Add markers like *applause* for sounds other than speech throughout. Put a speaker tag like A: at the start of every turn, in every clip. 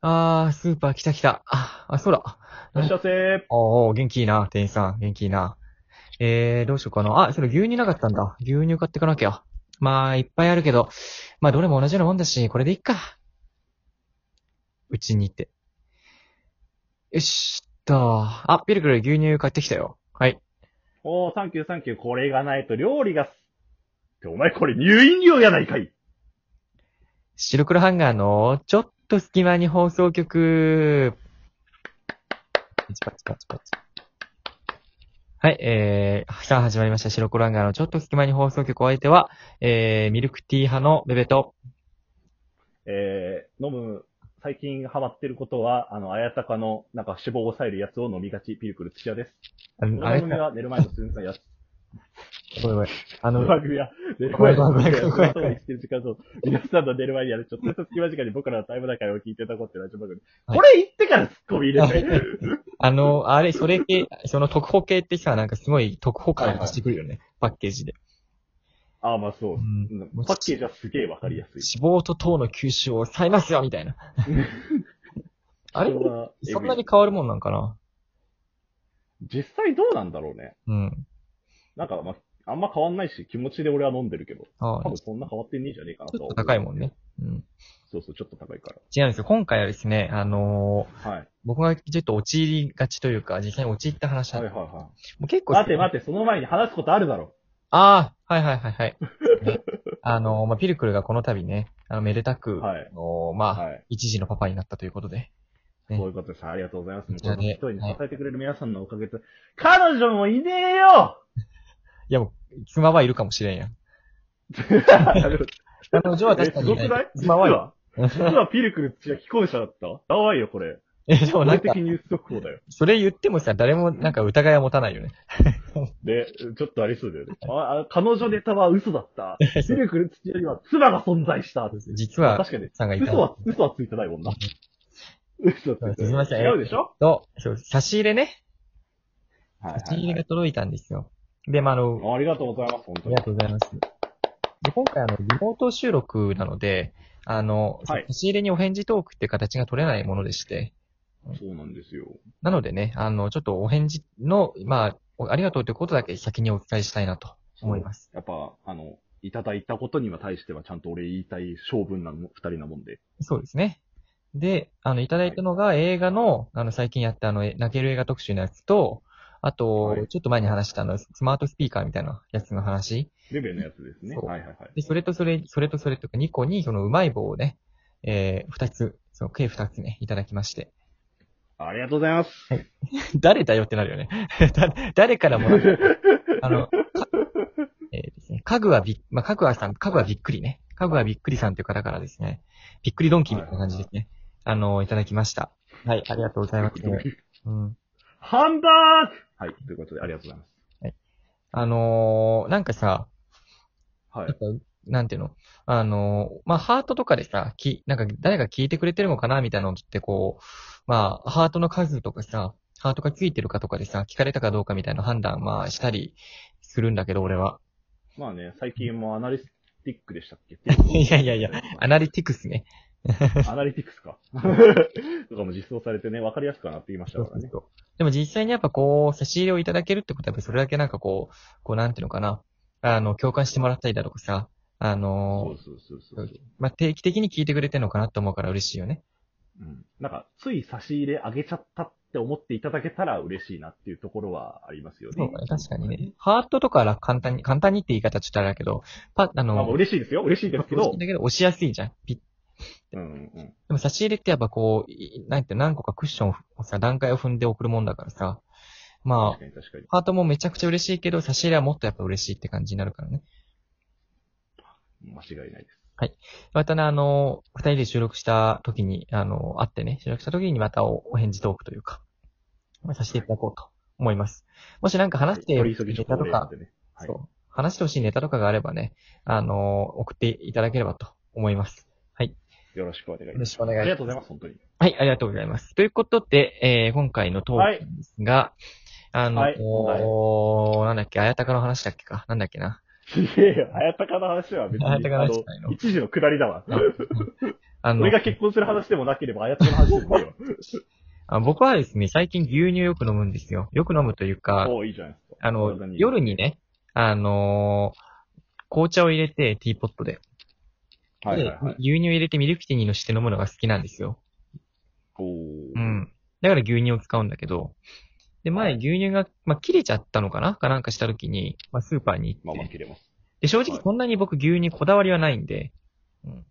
A: あー、スーパー来た来た。あ、あそうだ。
B: いらっしゃいませ。
A: おー、元気いいな、店員さん。元気いいな。えー、どうしようかな。あ、それ牛乳なかったんだ。牛乳買ってかなきゃ。まあ、いっぱいあるけど、まあ、どれも同じようなもんだし、これでいっか。うちに行って。よしっと。あ、ピルクル牛乳買ってきたよ。はい。
B: おー、サンキューサンキュー。これがないと料理がす。って、お前これ入院料やないかい。
A: 白黒ハンガーの、ちょっと隙間に放送局。パチパチパチパチ。はい、えー、さあ始まりました。白黒ハンガーのちょっと隙間に放送局お相手は、えー、ミルクティー派のベベと、
B: えー、飲む、最近ハマってることは、あの、綾鷹の、なんか脂肪を抑えるやつを飲みがち、ピルクル土屋です。
A: あ
B: この
A: のあれ
B: 番組
A: か、
B: は寝る前の数分間やつ。
A: ごめんごめん。あ
B: こ
A: の
B: の、番組は寝る
A: ごめ
B: 前
A: んごめんごめん
B: の数分間やつ。生きてる時間と、皆さんの寝る前にやるちょっとした隙間時間に僕らのタイムだからを聞いていただこうってラジオ番組。
A: はい
B: これ言ってからツッコミ入れて。
A: あの、あれ、それ系、その特報系ってさ、なんかすごい特報感出してくるよね。パッケージで。
B: あー、まあそう。
A: ん
B: うんパッケージはすげえわかりやすい。
A: 脂肪と糖の吸収を抑えますよみたいな。あれ
B: こはエグい
A: そんなに変わるもんなんかな
B: 実際どうなんだろうね。
A: うん。
B: なんか、まあ、あんま変わんないし、気持ちで俺は飲んでるけど、
A: ああ、
B: 多分そんな変わってねえじゃねえかな
A: ち
B: と
A: ょっ
B: は思
A: と
B: う。
A: 高いもんね。うん。
B: そうそう、ちょっと高いか
A: 違うんですよ。今回はですね、あのー
B: ら。はい。
A: 僕がちょっと陥りがちというか、実際に陥った話な
B: は
A: ん
B: い
A: で
B: はい
A: す
B: は
A: もう結
B: い。
A: 構。
B: 待て待て、その前に話すことあるだろ。
A: ああ、はいはいはいはい。ね *laughs* あのーまあ、ピルクルがこの度ね、あの、めでたく、
B: はい
A: あのーまあ、
B: はい。
A: 一時のパパになったということで。ね
B: そういうことです。ありがとうございます。
A: こちら
B: 一
A: で
B: 人に支えてくれる皆さんのおかげで、彼女もいねえよ
A: いやもう、妻はいるかもしれんやん。彼女は確か
B: え
A: にい
B: すご
A: ない
B: くない実
A: 妻はいる。
B: は、実はピルクル、違う、既婚者だったやばいよ、これ。
A: *laughs* え、でもな
B: 俺
A: んか
B: 的、ニュース速報だよ。
A: それ言ってもさ、誰もなんか疑いは持たないよね。 *laughs*
B: で、ちょっとありそうだよね。あ、あ彼女ネタは嘘だった。ピルクル土屋には妻が存在した。
A: 実は、
B: 確かに。
A: さんがいた
B: 嘘は、嘘はついてないもんな。嘘はついてない。
A: すみません。
B: 違うでしょ
A: と、そう差し入れね。
B: はい
A: 差し入れが届いたんですよ。で、まあ、あの、
B: ありがとうございます、本
A: あり
B: 当に
A: が。とうございます。で、今回あの、リモート収録なので、あの、
B: はい
A: 差し入れにお返事トークって形が取れないものでして、
B: そうなんですよ。
A: なのでね、あの、ちょっとお返事の、まあ、おありがとうということだけ先にお伝えしたいなと思います。
B: やっぱ、あの、いただいたことには対しては、ちゃんと俺言いたい性分なの、二人なもんで。
A: そうですね。で、あの、いただいたのが映画の、あの、最近やったあの、え泣ける映画特集のやつと、あと、
B: はい
A: ちょっと前に話したあの、スマートスピーカーみたいなやつの話。
B: レベルのやつですね。
A: そう
B: はいはいはい。
A: で、それとそれ、それとそれとか2個に、そのうまい棒をね、えー、2つ、その計2つね、いただきまして。
B: ありがとうございます。
A: 誰だよってなるよね。 *laughs* だ誰からもらった。あの、かえーですね、かぐわび、まあ、かぐわさん、かぐわびっくりね。かぐわびっくりさんという方からですね、びっくりドンキーみたいな感じですね。あの、いただきました。はい、ありがとうございます。うん。
B: ハンバーグはい、ということで、ありがとうございます。
A: あのーなんかさ、
B: はい
A: やっ。ぱなんていうのあのーまあ、ハートとかでさ、き、なんか誰が聞いてくれてるのかなみたいなのってこう、まあ、ハートの数とかさ、ハートがついてるかとかでさ、聞かれたかどうかみたいな判断、まあ、したりするんだけど、俺は。
B: まあね、最近もアナリスティックでしたっけ
A: *laughs* いやいやいや、アナリティクスね。
B: アナリティクスか。 *laughs* とかも実装されてね、わかりやすくはなってきましたからね。
A: でも実際にやっぱこう、差し入れをいただけるってことは、やっぱりそれだけなんかこう、こうなんていうのかな、あの、共感してもらったりだとかさ、あ
B: そ
A: の
B: うそうそうそう。
A: まあ、定期的に聞いてくれてるのかなと思うから嬉しいよね。
B: うん。なんか、つい差し入れあげちゃったって思っていただけたら嬉しいなっていうところはありますよね。
A: そうだね、確かにね。。ハートとかは簡単に、簡単にって言い方ちょっとあれだけど、パあ
B: まあ、
A: の、
B: 嬉しいですよ。嬉しいですけど。
A: だけど押しやすいじゃん。ピッ
B: うんうん。
A: でも差し入れってやっぱこう、いなんて何個かクッションをさ、段階を踏んで送るもんだからさ、ま
B: 確
A: あ、
B: かに確かに。
A: ハートもめちゃくちゃ嬉しいけど、差し入れはもっとやっぱ嬉しいって感じになるからね。
B: 間違いないです。
A: またね、あの、二人で収録した時に、あの、会ってね、収録した時にまたおお返事トークというか、まあさせていただこうと思います。もしなんか話して
B: は
A: ほ
B: い
A: し
B: 取り急ぎ
A: い
B: ちょ
A: ネ
B: っと
A: タ
B: お
A: と
B: 礼
A: か、
B: でね。はい
A: そう、話してほしいネタとかがあればね、あの、送っていただければと思います。
B: よろしくお願い
A: よ
B: しま
A: ろ
B: す。
A: しくお願い
B: あ
A: し
B: り
A: ます。
B: がとうございます、本当に。
A: はい、ありがとうございます。ということで、えー、今回のトークなんですが、あの、
B: はい
A: おーなんだっけ、あやたかの話だっけか、なんだっけな。
B: すげえよ。あやたかの話は別に、
A: あやたかの話じゃないの
B: あの一時の下りだわ。
A: ああの
B: 俺、が結婚する話でもなければ、あやつの話でもいいよ。
A: あ僕はですね、最近牛乳よく飲むんですよ。よく飲むというか、
B: おういいじゃないですか。
A: *laughs* あの
B: 体に、いい
A: 夜にね、あのー紅茶を入れて、ティーポットで。
B: はいはいは
A: で。
B: い
A: 牛乳入れてミルクティーにのして飲むのが好きなんですよ。
B: お
A: う
B: ー
A: ん。だから牛乳を使うんだけど、で、前
B: はい
A: 牛乳が、まあ、切れちゃったのかなかなんかした時に、まあ、スーパーに行
B: まあ
A: っ
B: まあ
A: て。
B: 切れます。
A: で、正直そんなに僕牛乳こだわりはないんで、うん。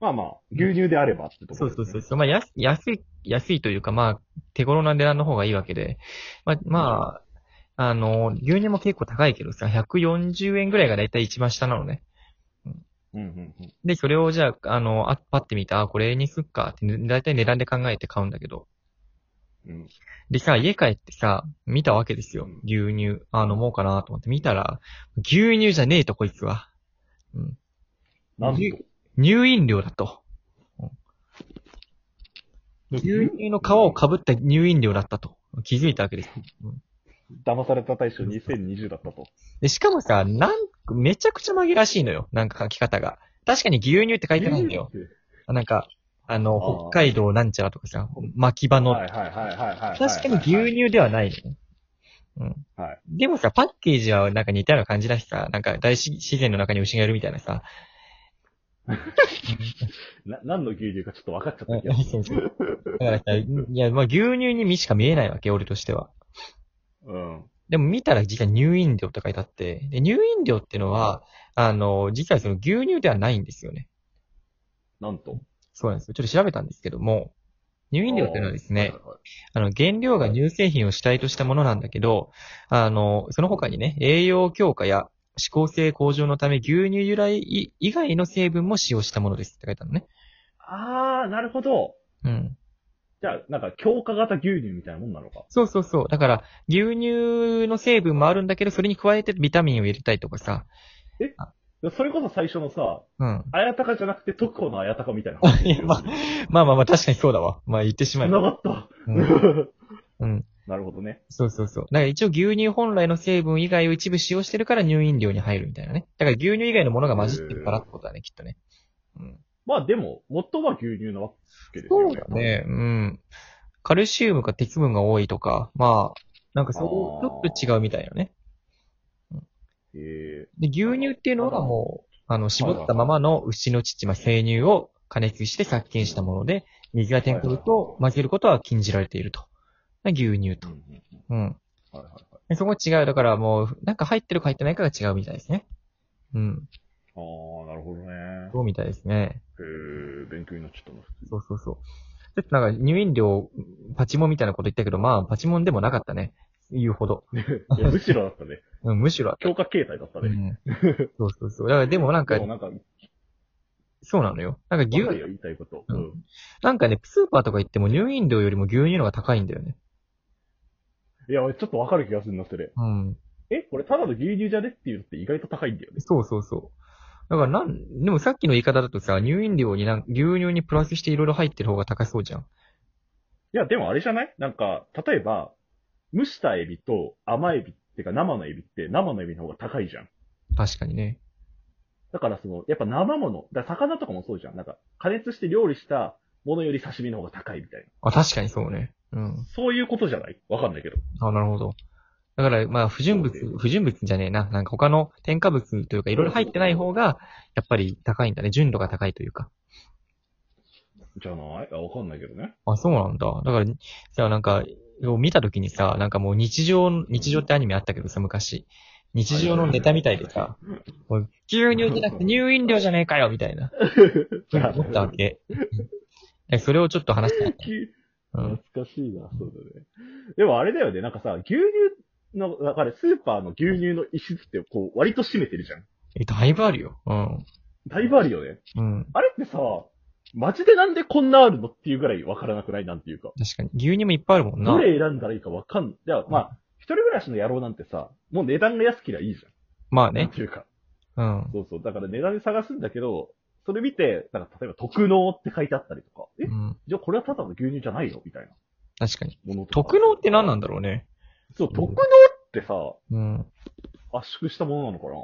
B: まあまあ、牛乳であればってとこ
A: そ
B: ろ
A: う
B: ですね、
A: そうそうそう。まあ、安安い、安いというか、まあ、手頃な値段の方がいいわけで。まあ、まあ、あの、牛乳も結構高いけどさ、140円ぐらいがだいたい一番下なのね。
B: うんうんうん。
A: で、それをじゃあ、あの、あパッて見た、あ、これにすっかって、ねだいたい値段で考えて買うんだけど。
B: うん
A: でさ、家帰ってさ、見たわけですよ
B: うん。
A: 牛乳。あ、飲もうかなと思って見たら、牛乳じゃねえと、こいつは。うん。
B: なんと
A: 牛乳飲料だと。
B: 牛
A: 牛乳の皮をかぶった乳飲料だったと。気づいたわけです。
B: 騙された大賞2020だったと。
A: で、しかもさ、なんか、めちゃくちゃ紛らわしいのよ。なんか書き方が。確かに牛乳って書いてないんだよ。なんか、あ
B: あ
A: の、
B: ー
A: 北海道なんちゃらとかさ、巻き場の
B: はいはいはいはいはい。
A: 確かに牛。乳ではないのね。うん。
B: はい
A: でもさ、パッケージはなんか似たような感じだしさ、なんか大自然の中に牛がいるみたいなさ。
B: な、何の牛乳かちょっと分かっちゃったけど。
A: そうそうだからさ、いや、まあ牛乳に身しか見えないわけ、俺としては。
B: うん。
A: でも見たら実は乳飲料って書いてあって、で、乳飲料ってのは、あの、実はその牛乳ではないんですよね。
B: なんと。
A: そうなんですよ。ちょっと調べたんですけども、乳飲料っていうのはですね、あの、原料が乳製品を主体としたものなんだけど、あの、その他にね、栄養強化や指向性向上のため牛乳由来以以外の成分も使用したものですって書いてあるのね。
B: あー、なるほど。
A: うん。
B: じゃあ、なんか強化型牛乳みたいなもんなのか。
A: そうそうそう。だから、牛乳の成分もあるんだけど、それに加えてビタミンを入れたりとかさ。
B: それこそ最初のさ、
A: うん。。
B: あやたかじゃなくて特攻のあやたかみたいな
A: *laughs* いやまあ、まあまあまあ、確かにそうだわ。まあ言ってしまえ
B: な
A: ば。
B: かった。 *laughs*
A: うん。うん。
B: なるほどね。
A: そうそうそう。だから一応牛乳本来の成分以外を一部使用してるから乳飲料に入るみたいなね。だから牛乳以外のものが混じってるからってことだね、きっとね。うん。
B: まあでも、元は牛乳なわけです
A: そ
B: よ
A: う
B: ね。
A: だ。ね。うん。カルシウムか鉄分が多いとか、まあ、なんかそう、ちょっと違うみたいなね。
B: えー、
A: で、牛乳っていうのはもう、あの、絞ったままの牛の乳、まあ、生乳を加熱して殺菌したもので、水が添加物を混ぜることは禁じられていると。牛乳
B: う
A: と
B: ん。うんうん
A: うん。
B: はいはいはい。
A: でそこ違う。だからもう、なんか入ってるか入ってないかが違うみたいですね。うん。
B: あー、なるほどね。
A: そうみたいですね。
B: えー、勉強になっちゃったな。
A: そうそうそう。ちょっとなんか、入院料、パチモンみたいなこと言ったけど、まあ、パチモンでもなかったね。言うほど。
B: いやむしろだったね。
A: うん、むしろあった
B: 強化形態だったね。
A: うんそうそうそう。だからでもなんか
B: でも、なんか、
A: そうなのよ。なんか
B: 牛乳
A: 牛、
B: 言いたいこと。
A: う
B: うんん。
A: なんかね、スーパーとか行っても入院料よりも牛乳のが高いんだよね。
B: いや、俺ちょっとわかる気がするな、それ。
A: うん。
B: え、これただの牛乳じゃねっていうのって意外と高いんだよね。
A: そうそうそう。だからなん、でもさっきの言い方だとさ、入院料になん牛乳にプラスしていろいろ入ってる方が高そうじゃん。
B: いや、でもあれじゃないなんか、例えば、蒸したエビと甘エビってか生のエビって生のエビの方が高いじゃん。
A: 確かにね。
B: だからその、やっぱ生もの、だから魚とかもそうじゃん。なんか、加熱して料理したものより刺身の方が高いみたい
A: あ、確かにそうね。うん
B: な。。そういうことじゃないわかんないけど。
A: あ、なるほど。だから、まあ、不純
B: そう
A: 物、不純物じゃねえな。なんか他の添加物というか、いろいろ入ってない方が、やっぱり高いんだね。純度が高いというか。
B: じゃないあわかんないけ
A: *laughs*
B: どね。
A: あ、そうなんだ。だから、じゃあなんか、を見たときにさ、なんかもう日常の、日常ってアニメあったけどさ、昔。日常のネタみたいでさ、もう牛乳じゃなくて入院料じゃねえかよみたいな、思ったわ
B: *laughs*
A: け。えそれをちょっと話したい。うん。
B: 懐かしいな、そうだね。でもあれだよね、なんかさ、牛乳の、だからスーパーの牛乳の一室ってこう、割と占めてるじゃん。
A: え、だいぶあるよ。うん。
B: だいぶあるよね。
A: うん。
B: あれってさ、マジでなんでこんなあるのっていうぐらいわからなくないなんていうか。
A: 確かに。牛乳もいっぱいあるもんな。
B: どれ選んだらいいかわかんない。じゃあ、まあ、一人暮らしの野郎なんてさ、もう値段が安けりゃいいじ
A: まあ
B: ゃん。なん
A: ね。
B: ていうか。
A: うん。
B: そうそう。だから値段で探すんだけど、それ見て、なんか例えば特納って書いてあったりとか、え
A: う、ん。
B: じゃあこれはただの牛乳じゃないよみたいな
A: 確かに。
B: ものとか。
A: 特納って何なんんだろうね。
B: そう、特納ってさ、
A: うん。
B: 圧縮したものなのかな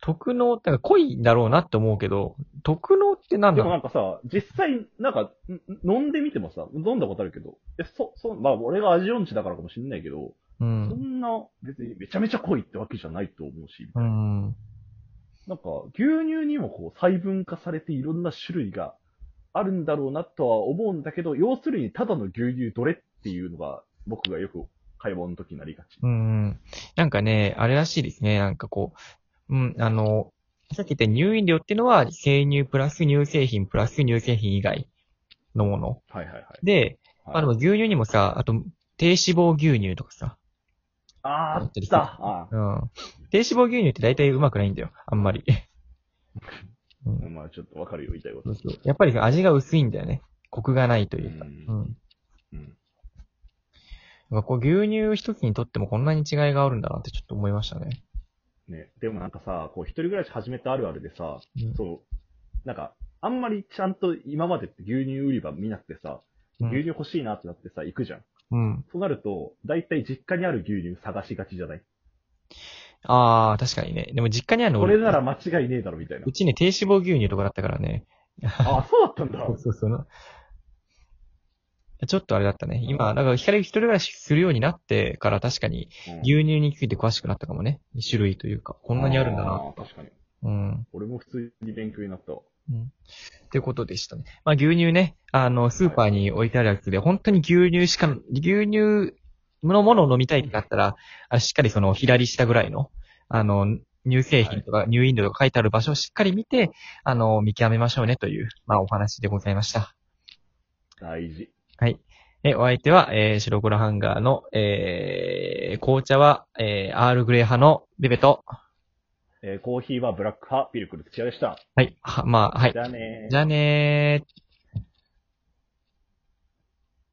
A: 特能って、なんか濃いんだろうなって思うけど、特能ってなん
B: で
A: だ
B: も
A: ろ
B: なん
A: う
B: かさ、実際、なんか、ん飲んでみてもさ、飲んだことあるけど、え、そ、そ、まあ、俺が味音痴だからかもしんないけど、
A: う
B: そ
A: ん。
B: んな、別にめちゃめちゃ濃いってわけじゃないと思うし、
A: うん。
B: なんか、牛乳にもこう、細分化されていろんな種類があるんだろうなとは思うんだけど、要するにただの牛乳どれっていうのが、僕がよく会話の時になりがち。
A: うん。なんかね、あれらしいですね。なんかこう、うん、あの、さっき言った乳飲料っていうのは、生乳プラス乳製品プラス乳製品以外のもの。
B: はいはいはい。
A: で、
B: はい
A: あの、牛乳にもさ、あと、低脂肪牛乳とかさ。
B: あー、あ
A: や
B: っ
A: ってる人
B: た。あ
A: うん。低脂肪牛乳って大体うまくないんだよ。あんまり。
B: ーまあ、ちょっとわかるよ、言いたいこ
A: そ
B: と
A: う。そうやっぱり味が薄いんだよね。コクがないというか。
B: うん
A: うん。
B: うん
A: なんかこう牛乳一つにとってもこんなに違いがあるんだなってちょっと思いましたね。
B: ね、でもなんかさ、こう、一人暮らし始めたあるあるでさ、
A: うん
B: そう、なんか、あんまりちゃんと今までって牛乳売り場見なくてさ、
A: うん
B: 牛乳欲しいなってなってさ、行くじゃん。
A: うん。
B: となると、だいたい実家にある牛乳探しがちじゃない
A: ああ、確かにね。でも実家にあるの
B: これなら間違いねえだろみたいな
A: う。ちね、低脂肪牛乳とかだったからね。
B: あ、そうだったんだ。
A: そうそうそう。ちょっとあれだったね。今、だから光一人暮らしするようになってから確かに
B: うん
A: 牛乳について詳しくなったかもね。2種類というか、こんなにあるんだな。。
B: ー確かに。
A: うん。
B: 俺も普通に勉強になったわ。
A: うんってことでしたね。まあ、牛乳ね、あの、スーパーに置いてあるやつで、本当に牛乳しか、牛乳のものを飲みたいってなったら、あしっかりその、左下ぐらいの、あの、乳製品とか、乳飲料とか書いてある場所をしっかり見て、あの、見極めましょうねという、まあ、お話でございました。
B: 大事。
A: え、お相手は、えー白黒ハンガーの、えー紅茶は、えーアールグレー派のベベと、
B: えーコーヒーはブラック派、ピルクル土屋でした。
A: はい、はまあ、はい
B: じ。ゃあねー。
A: じゃあねー。